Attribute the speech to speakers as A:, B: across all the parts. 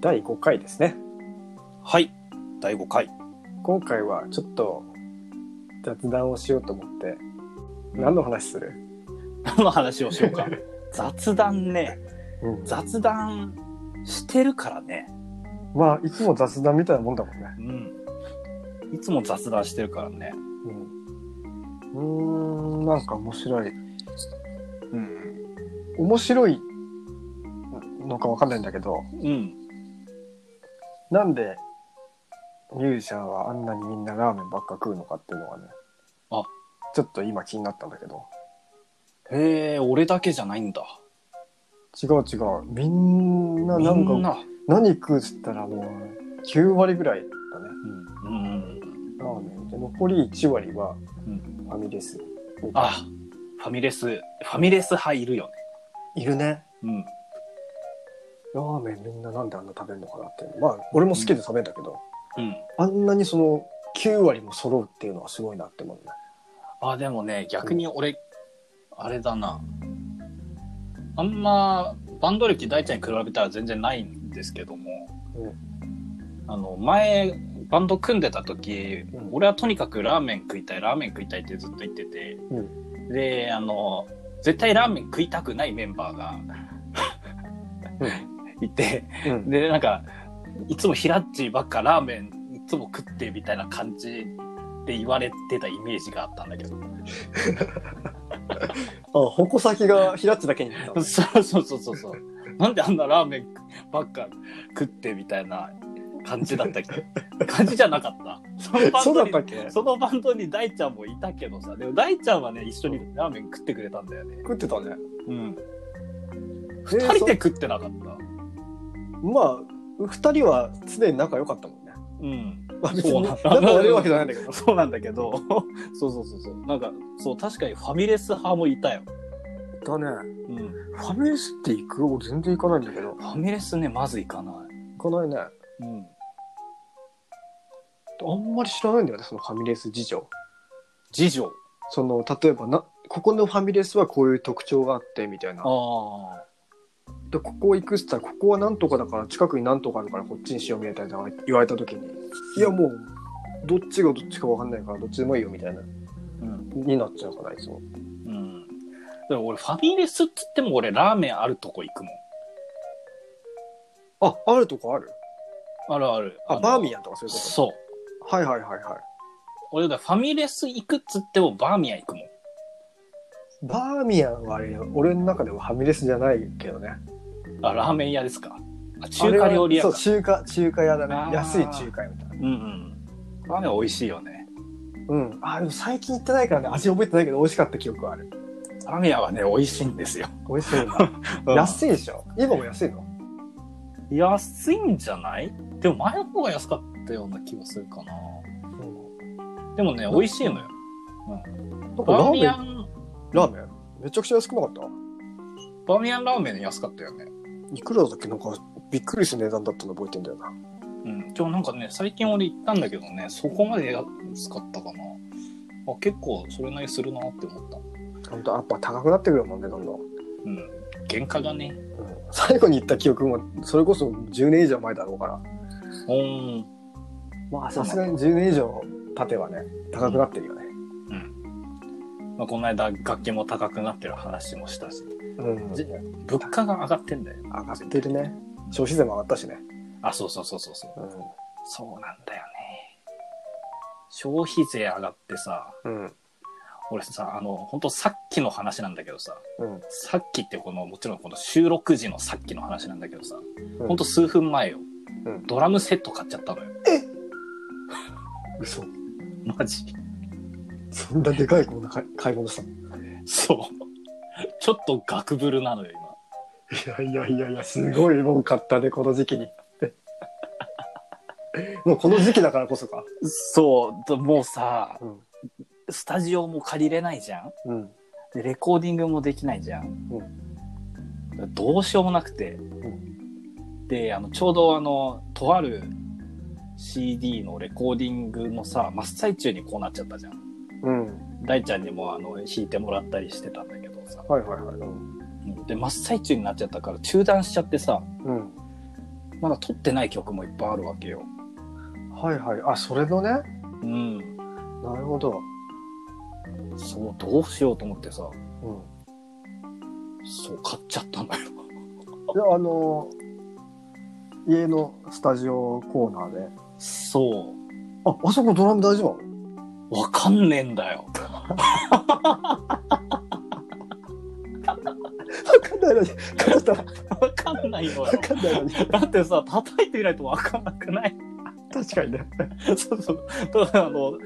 A: 第5回ですね。
B: はい。第5回。
A: 今回はちょっと雑談をしようと思って、何の話する
B: 何 の話をしようか。雑談ね。
A: うん
B: 雑談してるからね。
A: まあ、いつも雑談みたいなもんだもんね。
B: うん。いつも雑談してるからね。
A: うん。うーん、なんか面白い。
B: うん。
A: 面白いのかわかんないんだけど、
B: うん。
A: なんでミュージシャンはあんなにみんなラーメンばっか食うのかっていうのがね。
B: あ
A: ちょっと今気になったんだけど。
B: へえ、俺だけじゃないんだ。
A: 違う違う。みんななんか
B: みんな。
A: 何食うっつったらもう9割ぐらいだね
B: うん。うん。
A: ラーメンで残り1割は
B: うん。
A: ファミレス
B: あ、ファミレス、ファミレス派いるよね。
A: いるね
B: うん。
A: ラーメンみんななんであんな食べるのかなっていうまあ俺も好きで食べるんだけど、
B: うん。
A: あんなにその9割も揃うっていうのはすごいなって思うね
B: あ、でもね、逆に俺、あれだな。あんま、バンド歴大ちゃんに比べたら全然ないんですけども、
A: うん
B: あの、前、バンド組んでた時、
A: うん
B: 俺はとにかくラーメン食いたい、ラーメン食いたいってずっと言ってて、
A: う
B: で、あの、絶対ラーメン食いたくないメンバーがいて、
A: うん
B: で、なんか、いつもヒラッチばっかラーメンいつも食ってみたいな感じで言われてたイメージがあったんだけど。
A: あ矛先が平地だけに行った
B: そうそうそうそうそう。なんであんなラーメンばっか食ってみたいな感じだったっけ感じじゃなかった。そのバ
A: そ
B: ン
A: うだ
B: ド
A: っ
B: に
A: たっけ
B: そのバンドに大ちゃんもいたけどさ、でも大ちゃんはね、一緒にラーメン食ってくれたんだよね。
A: 食ってたね
B: うん。二人で食ってなかった。
A: まあ2人は常に仲良かったもんね
B: うん。
A: まあ別
B: そう
A: に
B: なんだ
A: 仲悪いわけじゃないんだけど
B: そうなんだけど、 そうそうそうそう。なんか、そう、確かにファミレス派もいたよ。
A: だね
B: うん。
A: フ
B: フ
A: ァミレスって行く俺全然行かないんだけど
B: ァミレスね、まず行かない。
A: 行かないね
B: うん。
A: あんまり知らないんだよねそのファミレス事情
B: 次女。
A: その例えばなここのファミレスはこういう特徴があってみたいな
B: ああ。
A: でここ行くっつったらここはなんとかだから近くになんとかだからこっちにしようみたいな言われた時にいやもうどっちがどっちかわかんないからどっちでもいいよみたいな
B: うん。
A: になっちゃうからいつも
B: うん。でも俺、ファミレスっつっても俺、ラーメンあるとこ行くもん。
A: ああるとこある
B: あるある。
A: あ
B: の
A: バーミヤンとかそういうこ
B: そう。
A: とはいはいはいは
B: 俺、だからファミレス行くっつってもバーミヤン行くもん。
A: いバーミヤンはあれ俺の中ではファミレスじゃないけどね
B: あ、ラーメン屋ですか。あ中華料理
A: あれ
B: 屋
A: は
B: か。
A: そう中華中華屋だ
B: あ
A: ね
B: ー
A: 安い中華屋みたいな
B: うんうん。ラーメン美味しいよね。
A: うんあでも最近行ってないからね味覚えてないけど美味しかった記憶はある
B: ラーメン屋はね、美味しいんですよ。
A: 美味しいんだ安いでしょ今も安いの
B: い。安いんじゃないでも前の方が安かったような気がするかな。でもね、美味しいのよ。
A: なんか
B: バ
A: ラ
B: ー
A: ー
B: ミ
A: メ
B: ヤ
A: ン、
B: ン、
A: ラーメンめちゃくちゃ安くなかった
B: バーミヤンラーメン安かったよね。
A: いくらだっけなんかびっくりする値段だったの覚えてんだよな。
B: うん、今日なんかね最近俺行ったんだけどねそこまで安かったかなあ結構それなりするなって思った、
A: 本当やっぱ高くなってくるもんね、どんどん。うん、
B: うん、原価がね
A: 最後に行った記憶も、それこそ10年以上前だろうから。
B: うん
A: まあさすがに10年以上経てばね、高くなってるよね。
B: まあ、この間楽器も高くなってる話もしたし
A: うん。
B: じ物価が上がってんだよ
A: 上がってるね。消費税も上がったしね。
B: あそうそうそうそうそう
A: う
B: そうなんだよね消費税上がってさ
A: ん。うん。
B: 俺さあの本当さっきの話なんだけどさ
A: うん。
B: さっきってこのもちろんこの収録時のさっきの話なんだけどさ、
A: うん
B: ほんと数分前よ、
A: うん
B: ドラムセット買っちゃったのよ
A: 嘘。
B: マジ
A: そんなでかいこんな買い買い物したの
B: そう。ちょっとガクブルなのよ、今。
A: いやいやいやいや、すごいもん買ったね、この時期に。 もうこの時期だからこそか。
B: そう、もうさ、
A: うん。
B: スタジオも借りれないじゃん
A: うん。
B: で、レコーディングもできないじゃん、どうしようもなくて。で、あの、ちょうどあの、とある CD のレコーディングのさ、真っ最中にこうなっちゃったじゃん。
A: うん。
B: 大ちゃんにもあの、弾いてもらったりしてたんだけどさ。
A: はいはいはい。うん。
B: で、真っ最中になっちゃったから中断しちゃってさ、
A: うん。
B: まだ撮ってない曲もいっぱいあるわけよ。
A: はいはい。あ、それのね。
B: うん。
A: なるほど。
B: そう、どうしようと思ってさ、
A: うん。
B: そう、買っちゃったんだ よ。
A: で、あの、家のスタジオコーナーで。
B: そ
A: あ、あそこドラム大丈夫なの
B: う、わかんねえんだよ。
A: わかんないのに。片手
B: わかんないのよ
A: わ。かんないのに。
B: だってさ、叩いてみないとわかんなくない
A: 確かにね。
B: そうそう。ただ、あの、く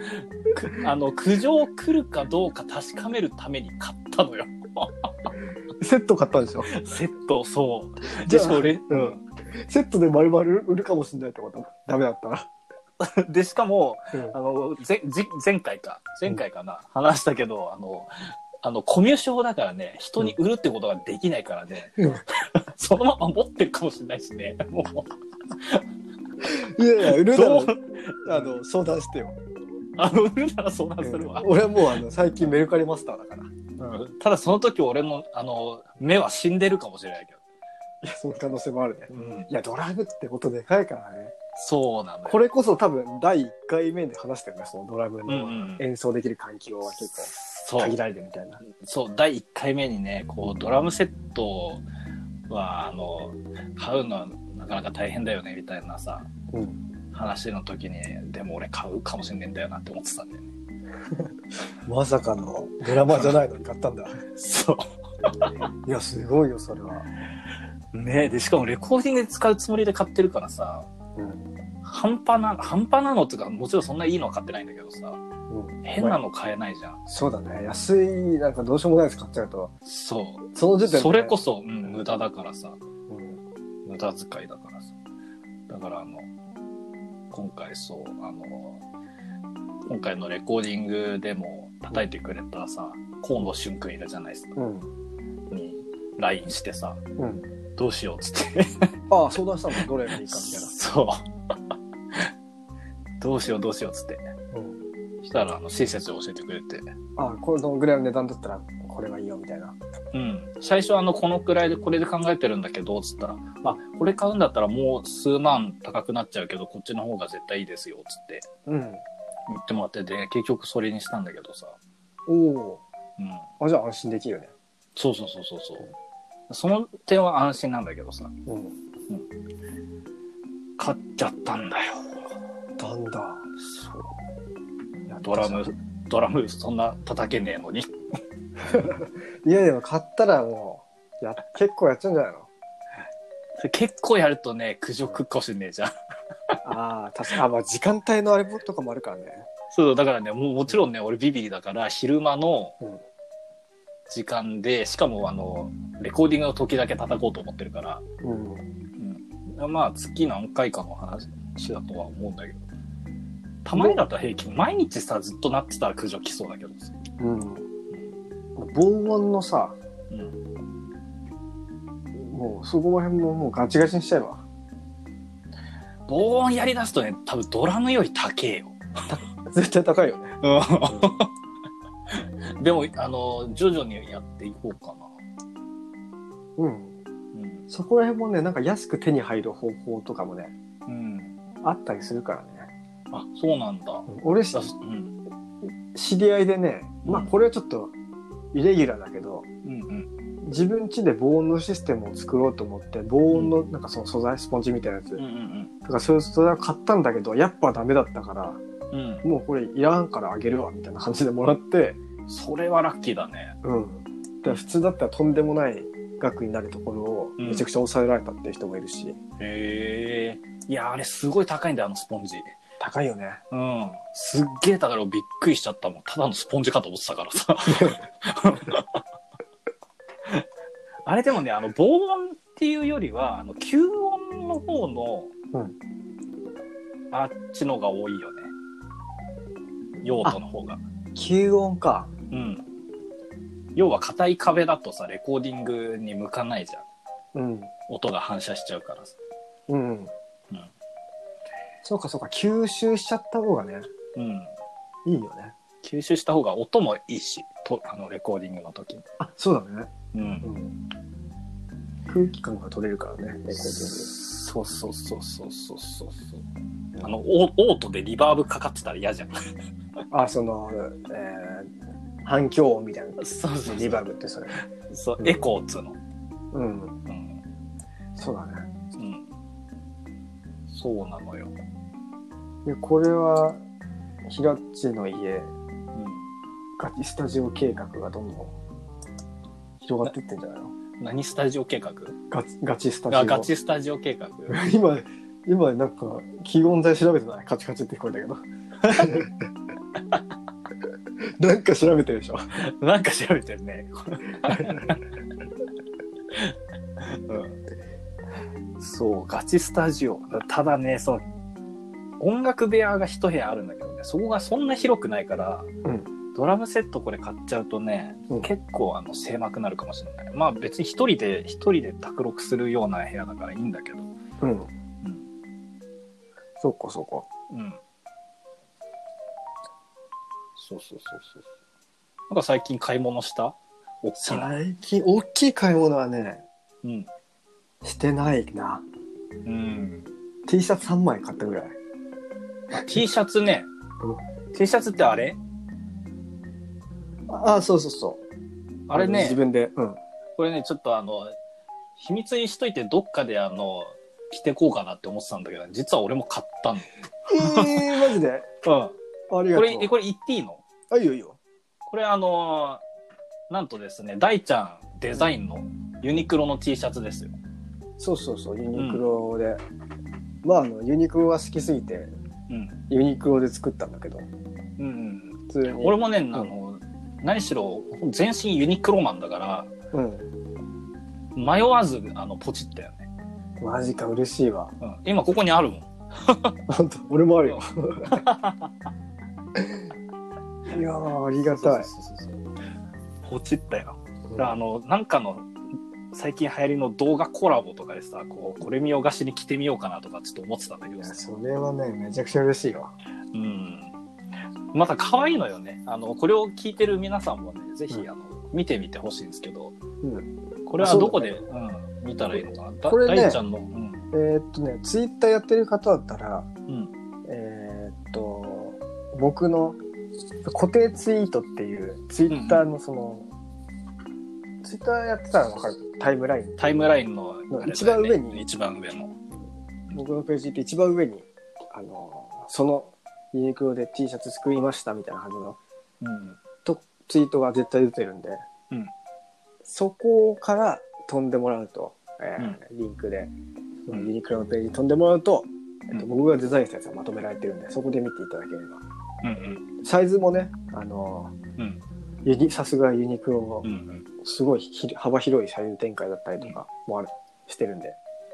B: あの苦情来るかどうか確かめるために買ったのよ。
A: セット買ったんでしょ
B: セット、そう。
A: じ
B: で、
A: ゃあ
B: それ、
A: う
B: うん
A: セットで丸々売るかもしれないってことダメだったら。
B: ん。 で、しかも、
A: うん
B: あのぜじ前回か前回かな、話したけどあのあのコミュ障だからね人に売るってことができないからね、
A: うん
B: そのまま持ってるかもしれないしねもう
A: いやいや、売るな
B: どう
A: ら、あの、相談してよ。
B: あの売るなら相談するわ、
A: 俺はもうあの最近メルカリマスターだから。うん。
B: ただその時俺のあの目は死んでるかもしれないけ
A: いや、その可能性もあるね。
B: ど、うん、
A: いや、ドラムってことでかいからね。
B: そうなんだよ
A: これこそ多分第1回目で話したよね、そのドラム
B: うんう
A: の
B: ん、
A: 演奏できる環境は結構
B: そう
A: 限られてるみたいな。
B: そう第1回目にねこうドラムセットはあの買うのはなかなか大変だよねみたいなさ、
A: うん
B: 話の時にでも俺買うかもしれないんだよなって思ってたんだよね
A: まさかのドラマじゃないのに買ったんだ。
B: そ
A: いや、すごいよ、それは。
B: うねでしかもレコーディングで使うつもりで買ってるからさ
A: うん。
B: 半端な半端なのっていうかもちろんそんないいのは買ってないんだけどさ
A: うん、
B: 変なの買えないじゃん、
A: そうだね。安い、なんかどうしようもないやつ買っちゃうと、
B: そう
A: その時点でね、
B: それこそ、うん、無駄だからさ
A: うん。
B: 無駄遣いだからさだからあの今回そうあの今回のレコーディングでも叩いてくれたさ河野俊君いるじゃないですか
A: うん。
B: に LINE してさ
A: うん。
B: どうしようっつって
A: ああ、相談したのどれがいいかみたい
B: そう どうしようどうしようっつって
A: な。うん。
B: そしたらあの親切を教えてくれて
A: ああ、このぐらいの値段だったら、これがいいよ、みたいな。
B: うん最初はあのこのくらいでこれで考えてるんだけどっつったらまあこれ買うんだったらもう数万高くなっちゃうけどこっちの方が絶対いいですよっつって
A: うん。
B: 言ってもらってて結局それにしたんだけどさ、
A: おお。
B: うん、
A: あ、じゃあ安心できるよね。
B: そうそうそうそうそうその点は安心なんだけどさ
A: うん。
B: 買っちゃったんだよ
A: だんだ。
B: そういやドラムドラムそんな叩けねえのに
A: いやでも買ったらもう、や、結構やっちゃうんじゃないの
B: それ結構やるとね苦情くっかもしんねえじゃん
A: ああ、確かに。あ、まあ時間帯のあれとかもあるからね。
B: そうだからねもうもちろんね俺ビビリだから昼間の
A: うん
B: 時間でしかもあのレコーディングの時だけ叩こうと思ってるから、
A: うん。
B: うん、まあ月何回かの話だとは思うんだけどたまにだったら平気毎日さずっとなってたら苦情来そうだけどさ、
A: うん。防音のさ、
B: うん、
A: もうそこら辺ももうガチガチにしちゃえば。
B: 防音やりだすとね多分ドラムより高えよ、
A: 絶対高いよね。
B: でもあの徐々にやっていこうかな、
A: うん。
B: うん
A: そこら辺もね、なんか安く手に入る方法とかもね、
B: うん、
A: あったりするからね。
B: あそうなんだ、
A: 俺し
B: だ、うん
A: 知り合いでね、まあ
B: うん
A: これはちょっと、イレギュラーだけど、
B: うんうん
A: 自分家で防音のシステムを作ろうと思って、防音のなんかその素材、スポンジみたいなやつ、
B: うんうん
A: だからそういう素材を買ったんだけど、やっぱダメだったから、
B: うん
A: もうこれいらんからあげるわ、みたいな感じでもらって、
B: それはラッキーだね。
A: うん。だから普通だったらとんでもない額になるところを
B: うん
A: めちゃくちゃ抑えられたっていう人もいるし、
B: へえ。いや、あれすごい高いんだよ、あのスポンジ。
A: 高いよね。
B: うん。すっげえ高いのびっくりしちゃったもん。ただのスポンジかと思ってたからさ。 あれでもね、あの、防音っていうよりは、あの、吸音の方の、
A: うん
B: あっちのが多いよね。用途の方が。
A: 吸音か。
B: うん。要は硬い壁だとさ、レコーディングに向かないじゃん。
A: うん。
B: 音が反射しちゃうからさ。
A: うん。
B: うん
A: そうかそうか、吸収しちゃった方がね、
B: うん。
A: いいよね。
B: 吸収した方が音もいいしとあのレコーディングの時に、
A: あ、そうだね。
B: うん
A: うん。空気感が取れるからね、レコーディング。
B: そうそうそうそうそうそうあのオーオートでリバーブかかってたら嫌じゃん
A: あその、えー反響音みたいな
B: そうそう
A: リバーブってそれ
B: そう
A: うん
B: エコーっつうの
A: うん
B: うん、
A: そうだね
B: うん、そうなのよ、
A: でこれは平地の家
B: う
A: ガチスタジオ計画がどんどん広がってってんじゃないの
B: ん、何スタジオ計画
A: ガチガチスタジオ
B: あガチスタジオ計画
A: 今今なんか気温材調べてないカチカチって聞こえたけどなんか調べてるでしょ
B: なんか調べてるね、そうガチスタジオただねその音楽部屋が一部屋あるんだけどねそこがそんな広くないから、
A: ん
B: ドラムセットこれ買っちゃうとね、
A: うん
B: 結構あの狭くなるかもしれないまあ別に一人で一人で卓録するような部屋だからいいんだけど
A: うん
B: うん、
A: そっかそっか
B: うん、そうそうそうそうなんか最近買い物したおっきな
A: 最近大きい買い物はね
B: うん
A: してないな
B: うん、
A: T シャツ3枚買ったぐらい
B: T シャツね
A: う
B: T シャツってあれ
A: ああそうそうそう
B: あれね
A: 自分でうん
B: これねちょっとあの秘密にしといてどっかであの着てこうかなって思ってたんだけど実は俺も買ったの
A: えー、マジ でありが
B: うんこと
A: う
B: れえこれ言っていいの
A: あいいよいいよ
B: これあのなんとですね大ちゃんデザインのユニクロの T シャツですよ
A: そうそうそうユニクロで、まああのユニクロは好きすぎて
B: うん
A: ユニクロで作ったんだけど
B: うんうん
A: 普通に
B: 俺もね、あの何しろ全身ユニクロマンだから
A: うん
B: 迷わずあのポチったよね、
A: マジか嬉しいわ
B: うん、今ここにあるもん
A: 本当俺もある よいやーありがたい
B: そうそうそうそうポチったよだからあ
A: あ
B: のなんかの最近流行りの動画コラボとかでさこうこれ見よがしに着てみようかなとかちょっと思ってたんだけどさ
A: それはねめちゃくちゃ嬉しいわ
B: うんまた可愛いのよねあのこれを聞いてる皆さんもねぜひ
A: うん
B: あの見てみてほしいんですけど、
A: ん
B: これはどこでう、ん、見たらいいのかなだ
A: これね
B: 大ちゃんのうん
A: えーっとねツイッターやってる方だったら
B: うん
A: えーっと僕の固定ツイートっていうツイッターのその、ツイッターやってたらわかるタイムライン
B: タイムラインのあれだよね
A: 一番上に
B: 一番上の
A: 僕のページって一番上にあのそのユニクロで T シャツ作りましたみたいな感じの
B: うん
A: とツイートが絶対出てるんで、
B: うん
A: そこから飛んでもらうと、えーリンクでその
B: うん
A: ユニクロのページに飛んでもらうと,、えっ
B: う
A: と
B: ん
A: 僕がデザインしたやつはまとめられてるんでそこで見ていただければ
B: うん
A: サイズもねあの
B: うん
A: ユニさすがユニクロ
B: うんうん
A: すごいひ幅広いサイズ展開だったりとかもある、してるんで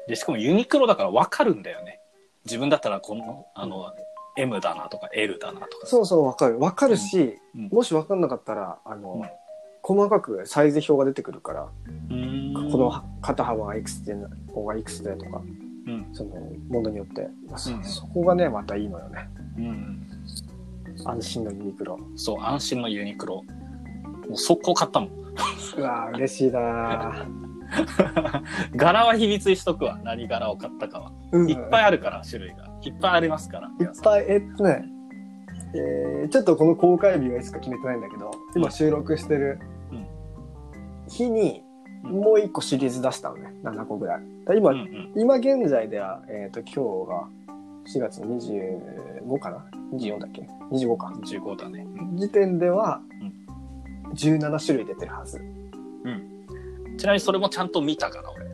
B: でしかもユニクロだから分かるんだよね自分だったらこのあの、M だなとか L だなとか
A: そうそうわかるわかるし、
B: うん
A: もしわかんなかったらあの、
B: うん
A: 細かくサイズ表が出てくるから、
B: うーん
A: この肩幅がいくつでここがいくつでとか
B: うん
A: そのものによって、そ
B: うん
A: そこがねまたいいのよね
B: うん
A: 安心のユニクロ
B: そう安心のユニクロもう速攻買ったもん
A: うわー嬉しいなー
B: 柄は秘密にしとくわ何柄を買ったかは
A: うん
B: いっぱいあるから種類がいっぱいありますから
A: いっぱいえっとねえーちょっとこの公開日はいつか決めてないんだけど今収録してる
B: うん
A: 日に
B: うん
A: もう一個シリーズ出したのね7個ぐらいだ今、
B: うんうん
A: 今現在では、えー、と今日が4月25かな24だっけ25か
B: 15だね
A: 時点では
B: うん
A: 17種類出てるはず
B: ちなみにそれもちゃんと見たから俺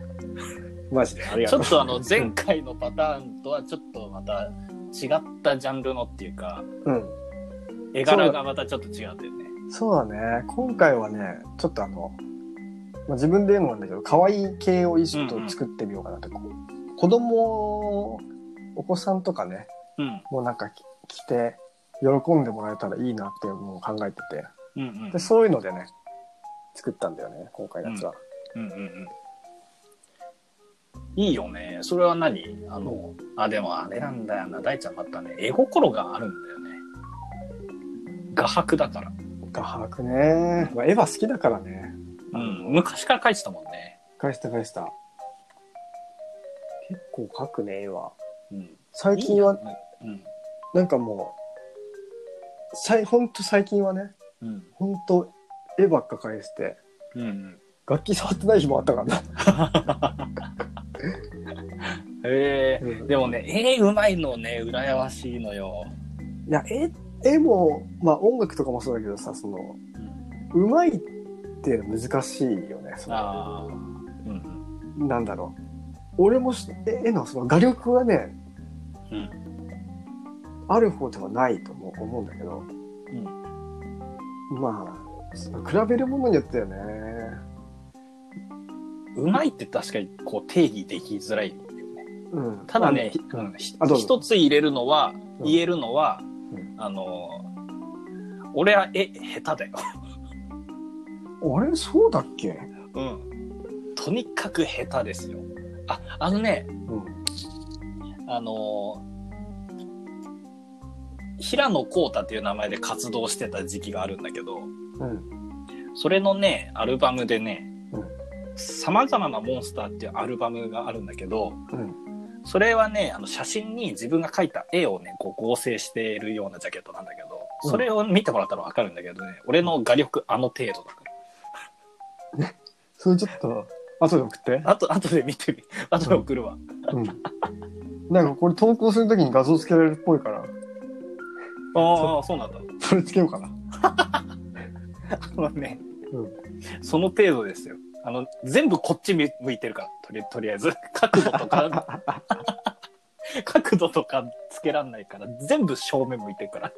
A: マジでありが
B: ち
A: と
B: ょ
A: う
B: っとあの前回のパターンとはちょっとまた違ったジャンルのっていうか
A: うん
B: 絵柄がまたちょっと違うんだよね
A: そうだね今回はねちょっとあの、まあ、自分で言うのもなんだけど可愛い系を意識と作ってみようかなって、こう子供お子さんとかね
B: うん
A: もうなんかき着て喜んでもらえたらいいなっていうのを考えてて
B: うんうん
A: でそういうのでね作ったんだよね今回のやつは、
B: うんうんうんいいよねそれは何あのあでもあれなんだよな大ちゃんまたね絵心があるんだよね画伯だから、
A: 画伯ね、まあ、絵は好きだからね
B: うん、昔から描いてたもんね
A: 返した返した
C: 結構描くね、絵は。
B: うん。
A: 最近は、
B: うん。
A: なんかもう、さいほんと最近はね、
B: うん。
A: ほんと絵ばっか返して、
B: うん。
A: 楽器触ってない日もあったからな。
B: へえ
A: うん
B: でもね、絵うまいのね、羨ましいのよ。
A: いや、絵、絵も、まあ音楽とかもそうだけどさ、その、うまいっていうのは難しいよね。その
B: ああ。うん。
A: なんだろう。俺もし絵のその画力はね、
B: うん
A: ある方ではないと思う思うんだけど、まあ、その比べるものによってよね。
B: うまいって確かにこう定義できづらい。
A: うん、
B: ただね、ひ
A: うん
B: うんひ
A: あどうぞ
B: 一つ入れるのは、
A: うん
B: 言えるのは
A: うん、
B: あの、俺は絵下手だよ。
A: あれそうだっけ
B: うん。とにかく下手ですよ。あ、あのね、
A: うん。
B: あのー平野幸太っていう名前で活動してた時期があるんだけど、
A: うん。
B: それのね、アルバムでね
A: うん、
B: 様々なモンスターっていうアルバムがあるんだけど、
A: うん。
B: それはね、あの写真に自分が描いた絵をね、こう合成しているようなジャケットなんだけど、
A: うん
B: それを見てもらったらわかるんだけどね、俺の画力あの程度だから。
A: それちょっと、後で送って。
B: あと、あ とで見てみ、あとで送るわ。
A: うん。なんかこれ投稿するときに画像つけられるっぽいから、
B: ああ、そうなんだ。
A: それつけようかな。
B: あのね、
A: うん
B: その程度ですよ。あの、全部こっち向いてるから、とりとりあえず。 角度と か、角度とかつけらんないから、全部正面向いてるから。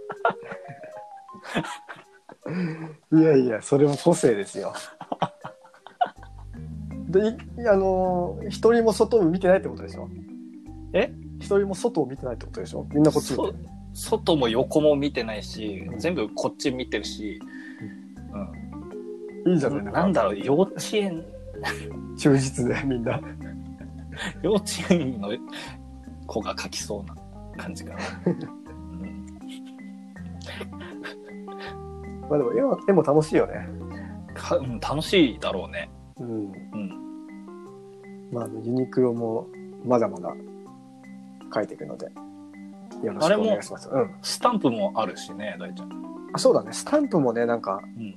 A: いやいや、それも個性ですよ。で、いあのー一人も外を見てないってことでしょ
B: え
A: 一人も外を見てないってことでしょみんなこっち見てる。
B: そ外も横も見てないし、
A: うん
B: 全部こっち見てるし、
A: いいじゃ
B: う
A: ない
B: ん
A: か
B: なんだろう、幼稚園、
A: 忠実で、みんな。
B: 幼稚園の子が描きそうな感じかな。うん
A: まあでも絵は、絵も楽しいよね。
B: かうん、楽しいだろうね。
A: うん。
B: うん。
A: まあ、あのユニクロもまだまだ描いていくので、よろし
B: あれ
A: くお
B: も
A: 願いします。うん。
B: スタンプもあるしね、大ちゃん。
A: あ、そうだね。スタンプもね、なんか、
B: うん。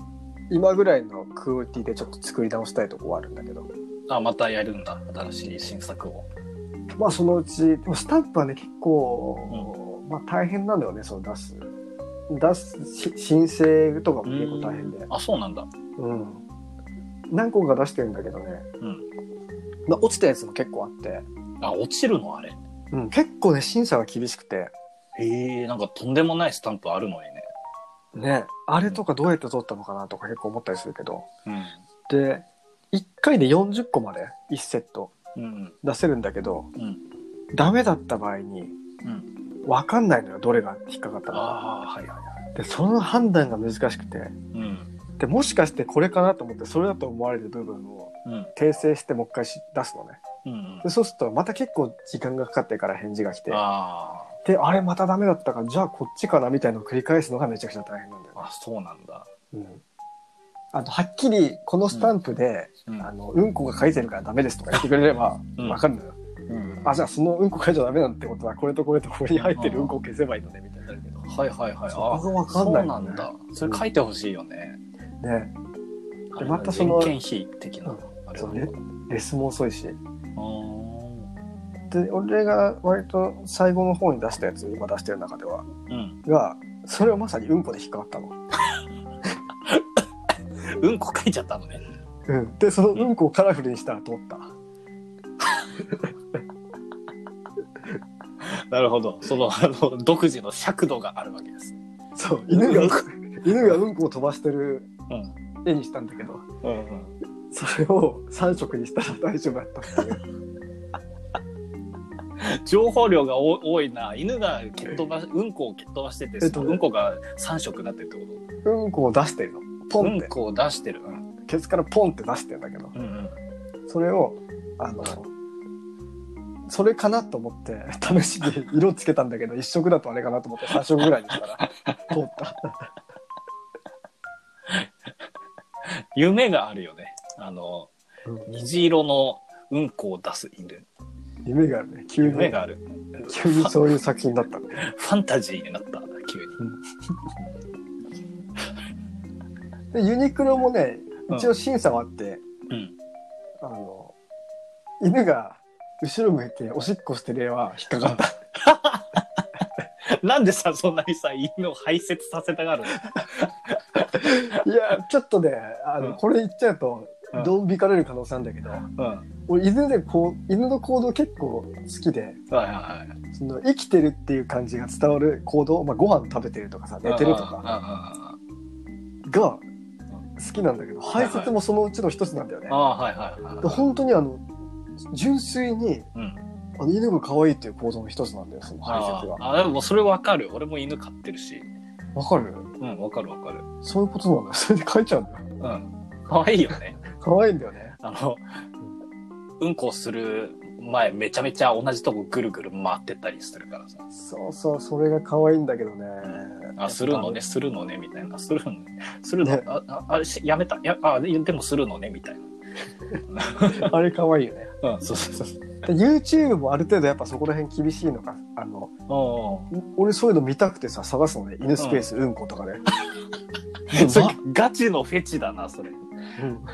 A: 今ぐらいのクオリティでちょっと作り直したいとこはあるんだけど。
B: あ、またやるんだ。新しい新作を。
A: まあそのうち、でもスタンプはね、結構、まあ大変なんだよね、その出す。出すし、申請とかも結構大変で。
B: あ、そうなんだ。
A: うん。何個か出してるんだけどね。
B: うん。
A: まあ落ちたやつも結構あって。
B: あ、落ちるのあれ。
A: うん。結構ね、審査が厳しくて。
B: へえ、なんかとんでもないスタンプあるのにね。
A: ね。あれとかどうやって取ったのかなとか結構思ったりするけど。
B: うん。
A: で、1回で40個まで1セット
B: うん。
A: 出せるんだけど、
B: うん
A: ダメだった場合に、
B: うん。
A: わかんないのよ、どれが引っかかったのか。
B: ああ、はいはいはい。
A: で、その判断が難しくて。
B: うん。
A: でもしかしてこれかなと思ってそれだと思われる部分を
B: うん。
A: 訂正してもう一回し出すのね
B: うん
A: で。そうするとまた結構時間がかかってから返事が来て
B: あ
A: であれまたダメだったからじゃあこっちかなみたいなのを繰り返すのがめちゃくちゃ大変なんだよ
B: あ、
A: ね、
B: あ、そうなんだ。
A: うん、あとはっきりこのスタンプで、
B: う
A: あのうんこが書いてるからダメですとか言ってくれれば
B: うん
A: わかるのよ、
B: うん
A: あじゃあそのうんこ書いちゃダメなんてことはこれとこれとこれに入ってるうんこを消せばいいのねみたいになるけど
B: はいはいはい。
A: そ
B: あ
A: こがわかんない
B: そうな
A: のね
B: んだ。それ書いてほしいよね。
A: ね
B: あれ
A: またその
B: 人件費的な。あれ
A: そ
B: は
A: うねレスも遅いし
B: あー
A: で俺が割と最後の方に出したやつ今出してる中では
B: うん。
A: がそれはまさにうんこで引っかかったの、
B: うんこ書いちゃったのね。
A: うん、でそのうんこをカラフルにしたら通った、
B: なるほど。その、あの、独自の尺度があるわけです。
A: そう犬がうんこ犬がうんこを飛ばしてる
B: うん。
A: 絵にしたんだけど
B: うんうん。
A: それを3色にしたら大丈夫だったっていう
B: 情報量がお多いな。犬が蹴っ飛ばし、うんこを蹴っ飛ばしてて、
A: えっと
B: そのうんこが3色になってるってこ
A: うんこを出してるのポ
B: とう
A: ンっ
B: ん
A: て、
B: こを出してる。うん
A: ケツからポンって出してんだけど
B: うん。
A: それをあのそれかなと思って試しに色つけたんだけど1色だとあれかなと思って3色ぐらいにしたら通った
B: 夢があるよね。あの、虹色のうんこを出す犬。
A: 夢があるね。急に、
B: 夢がある。
A: 急にそういう作品だ った。
B: ファンタジーになった、急に。
A: でユニクロもね、一
B: う
A: 応審査はあって、
B: うん。
A: あの、犬が後ろ向いておしっこしてる絵は引っかかった。
B: なんでさ、そんなにさ、犬を排泄させたがる
A: いや、ちょっとね、あの、
B: うん
A: これ言っちゃうと
B: うん、
A: どう引かれる可能性あるんだけど、
B: のうん。
A: 俺犬でこう、犬の行動結構好きで、
B: はいはいはい。
A: その生きてるっていう感じが伝わる行動、まあ、ご飯食べてるとかさ、寝てるとか
B: あ
A: が好きなんだけど、排泄もそのうちの一つなんだよね
B: あ、。はいはい
A: で
B: は
A: 本当にあの、純粋に、
B: い。うん。
A: あの犬が可愛いっていう行動の一つなんだよ、その排
B: あ
A: 泄が。
B: あ、でもそれわかる。俺も犬飼ってるし。
A: わかる
B: うん、わかるわかる。
A: そういうことなんだよ。 それで書いちゃうんだよ。
B: うん。可愛いよね。
A: 可愛いんだよね。
B: あの、うんこする前、めちゃめちゃ同じとこぐるぐる回ってったりするからさ。
A: そうそう、それが可愛いんだけどね。
B: あ、するのね、。するのね、みたいな。するのね。するの、
A: ね
B: あ、ああれ、しやめた。いや、あ、ででもするのね、みたい
A: あれ可愛いよね。
B: な。うん、そうそうそう。
A: で YouTube もある程度やっぱそこら辺厳しいのか、あの、
B: お
A: 俺そういうの見たくてさ、探すのね。犬スペース、うん、ことかで。
B: それガチのフェチだな、それ。
A: うん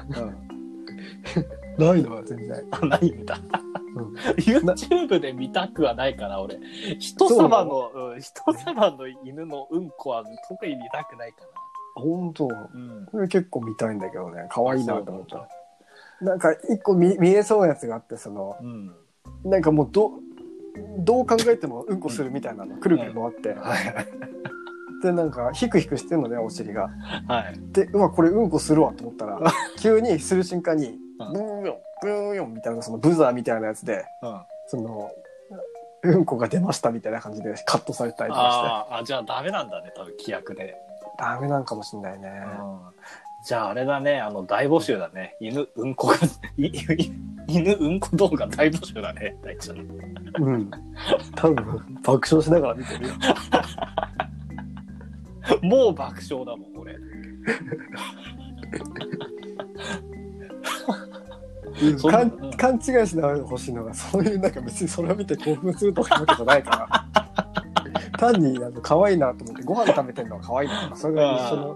B: うん。
A: ないのは全然。
B: あ、ないんだ。
A: うん
B: YouTube で見たくはないから、俺。人様の、うん、人様の犬のうんこは特に見たくないか
A: 本当
B: ら。うん。
A: これ結構見たいんだけどね。可愛いなと思っ
B: そう
A: た。なんか一個見見えそうなやつがあって、その、
B: うん。
A: なんかもうど、どう考えてもうんこするみたいなの、くるくる回って。で、なんか、ヒクヒクしてるのね、お尻が。
B: はい。
A: で、うわ、これうんこするわと思ったら、急にする瞬間に、ブ
B: うん
A: ーンヨン、ブーンヨンみたいな、そのブザーみたいなやつで、
B: うん。
A: その、うんこが出ましたみたいな感じでカットされたりとか
B: あーあ、じゃあダメなんだね、多分規約で。
A: して、ダメなんかもしんないね。
B: じゃああれだね、あの大募集だね。犬うんこが、いい犬うんこ動画大募集だね、大ちゃん。
A: うん。多分、爆笑しながら見てるよ。
B: もう爆笑だもん、俺。そんな
A: かん勘違いしないでほしいのが、そういうなんか別にそれを見て興奮するとかわけじゃない から。単にあの可愛いなと思って、ご飯食べてるのは可愛いなとか、それが一緒の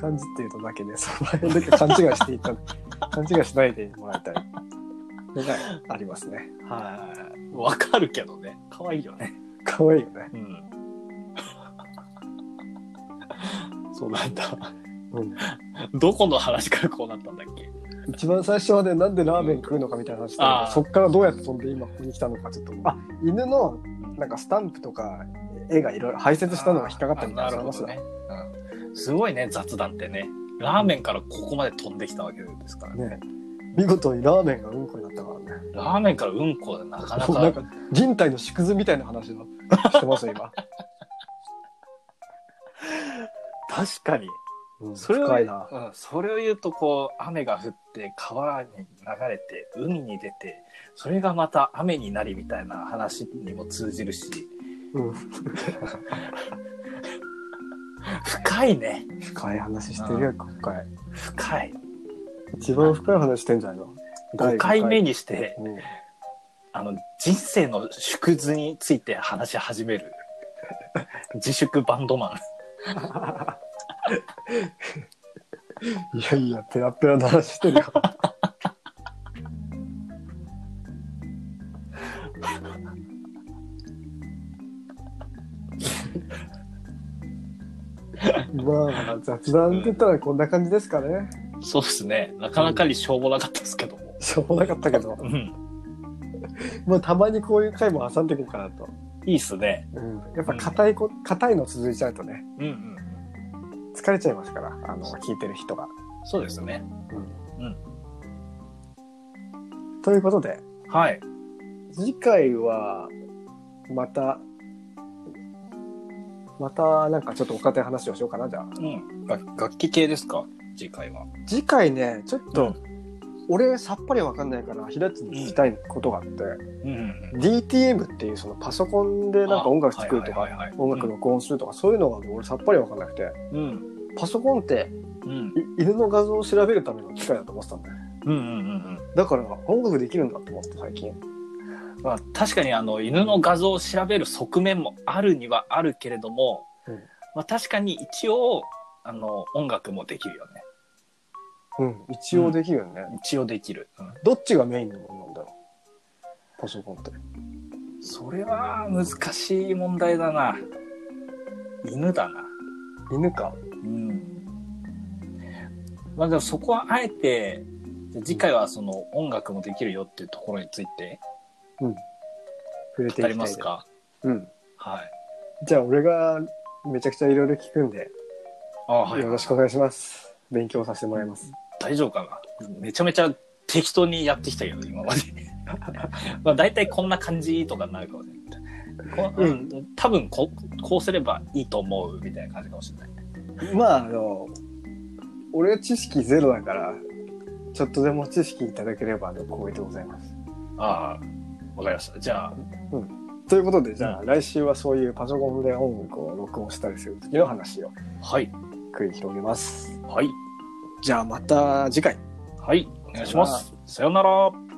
A: 感じっていうとだけで、その辺だけ勘違いしていた、勘違いしないでもらいたい。のがありますね。
B: はい。わかるけどね。可愛いよね。
A: 可愛いよね。
B: うん。 そうなんだ。
A: うん。
B: どこの話からこうなったんだっけ
A: 一番最初はね、なんでラーメン食うのかみたいな話で、
B: あー
A: そっからどうやって飛んで今ここに来たのかちょっと。あ、犬のなんかスタンプとか絵がいろいろ排泄したのが引っかかったみたいな
B: あーなる
A: 話
B: ほど
A: だ。
B: ね、うん。すごいね、雑談ってね。ラーメンからここまで飛んできたわけですからね。
A: ね見事にラーメンがうんこになったからね。
B: ラーメンからうんこでなかな
A: そうな
B: か
A: んか人体の縮図みたいな話をしてますよ、 今。
B: 確かに
A: うん、
B: それを
A: 深いな。
B: うん、それを言うとこう雨が降って川に流れて海に出てそれがまた雨になりみたいな話にも通じるし
A: うん、
B: 深いね
A: 深い話してるよ、今回。
B: 深い
A: 一番深い話してんじゃないの
B: 5回目
A: に。
B: にして
A: うん
B: あの人生の縮図について話し始める自粛バンドマ
A: いやいや、ペラペラな話してるよ。 まあ、雑談って言ったらこんな感じですかね。
B: ンそうですねなかなかにしょうもなかったですけども
A: しょうもなかったけど
B: う。ん
A: まあ、たまにこういう回も挟んでいこうかなと。
B: いいっすね
A: うん、やっぱ硬いこ、硬いの続いちゃうとね、
B: うんうん
A: 疲れちゃいますから、あの、聞いてる人が。
B: そうですね
A: ということで、
B: はい
A: 次回は、また、またなんかちょっとお堅い話をしようかな、じゃあ。
B: うん楽楽器系ですか次回は
A: 次回ね、ちょっと、
B: うん
A: 俺さっぱりわかんないから、平地に聞きたいことがあって、
B: うんうん、
A: DTM っていうそのパソコンでなんか音楽作るとか、
B: はいはいはいはい
A: 音楽録音するとか、そういうのが俺さっぱりわかんなくて、
B: うん
A: パソコンって
B: うん
A: い犬の画像を調べるための機械だと思ってたんだよ。
B: うんうんうん
A: だから音楽できるんだと思って最近。
B: うまあ、確かにあの犬の画像を調べる側面もあるにはあるけれども、
A: うん
B: まあ、確かに一応あの音楽もできるよね
A: うん、一応できるよね、
B: 一応できる、うん
A: どっちがメインのものなんだろうパソコンって
B: それは難しい問題だな犬だな
A: 犬か
B: うんまあでもそこはあえてじゃあ次回はその音楽もできるよっていうところについて
A: 触れていきた
B: 語
A: い
B: り
A: ね
B: ますか
A: うん
B: はい
A: じゃあ俺がめちゃくちゃいろいろ聞くんで
B: あはい
A: よろしくお願いします勉強させてもらいます
B: 大丈夫かなめちゃめちゃ適当にやってきたけど今まで まあ大体こんな感じとかになるかもしれないこう
A: うん
B: ん、多分こうこうすればいいと思うみたいな感じかもしれない
A: まああの俺は知識ゼロだからちょっとでも知識いただければあの光栄でございます
B: ああわかりましたじゃあ
A: ということでじゃあ来週はそういうパソコンで音楽を録音したりする時の話を
B: はい
A: 繰り広げます
B: はい
A: じゃあまた次回
B: はいお願いしますさよなら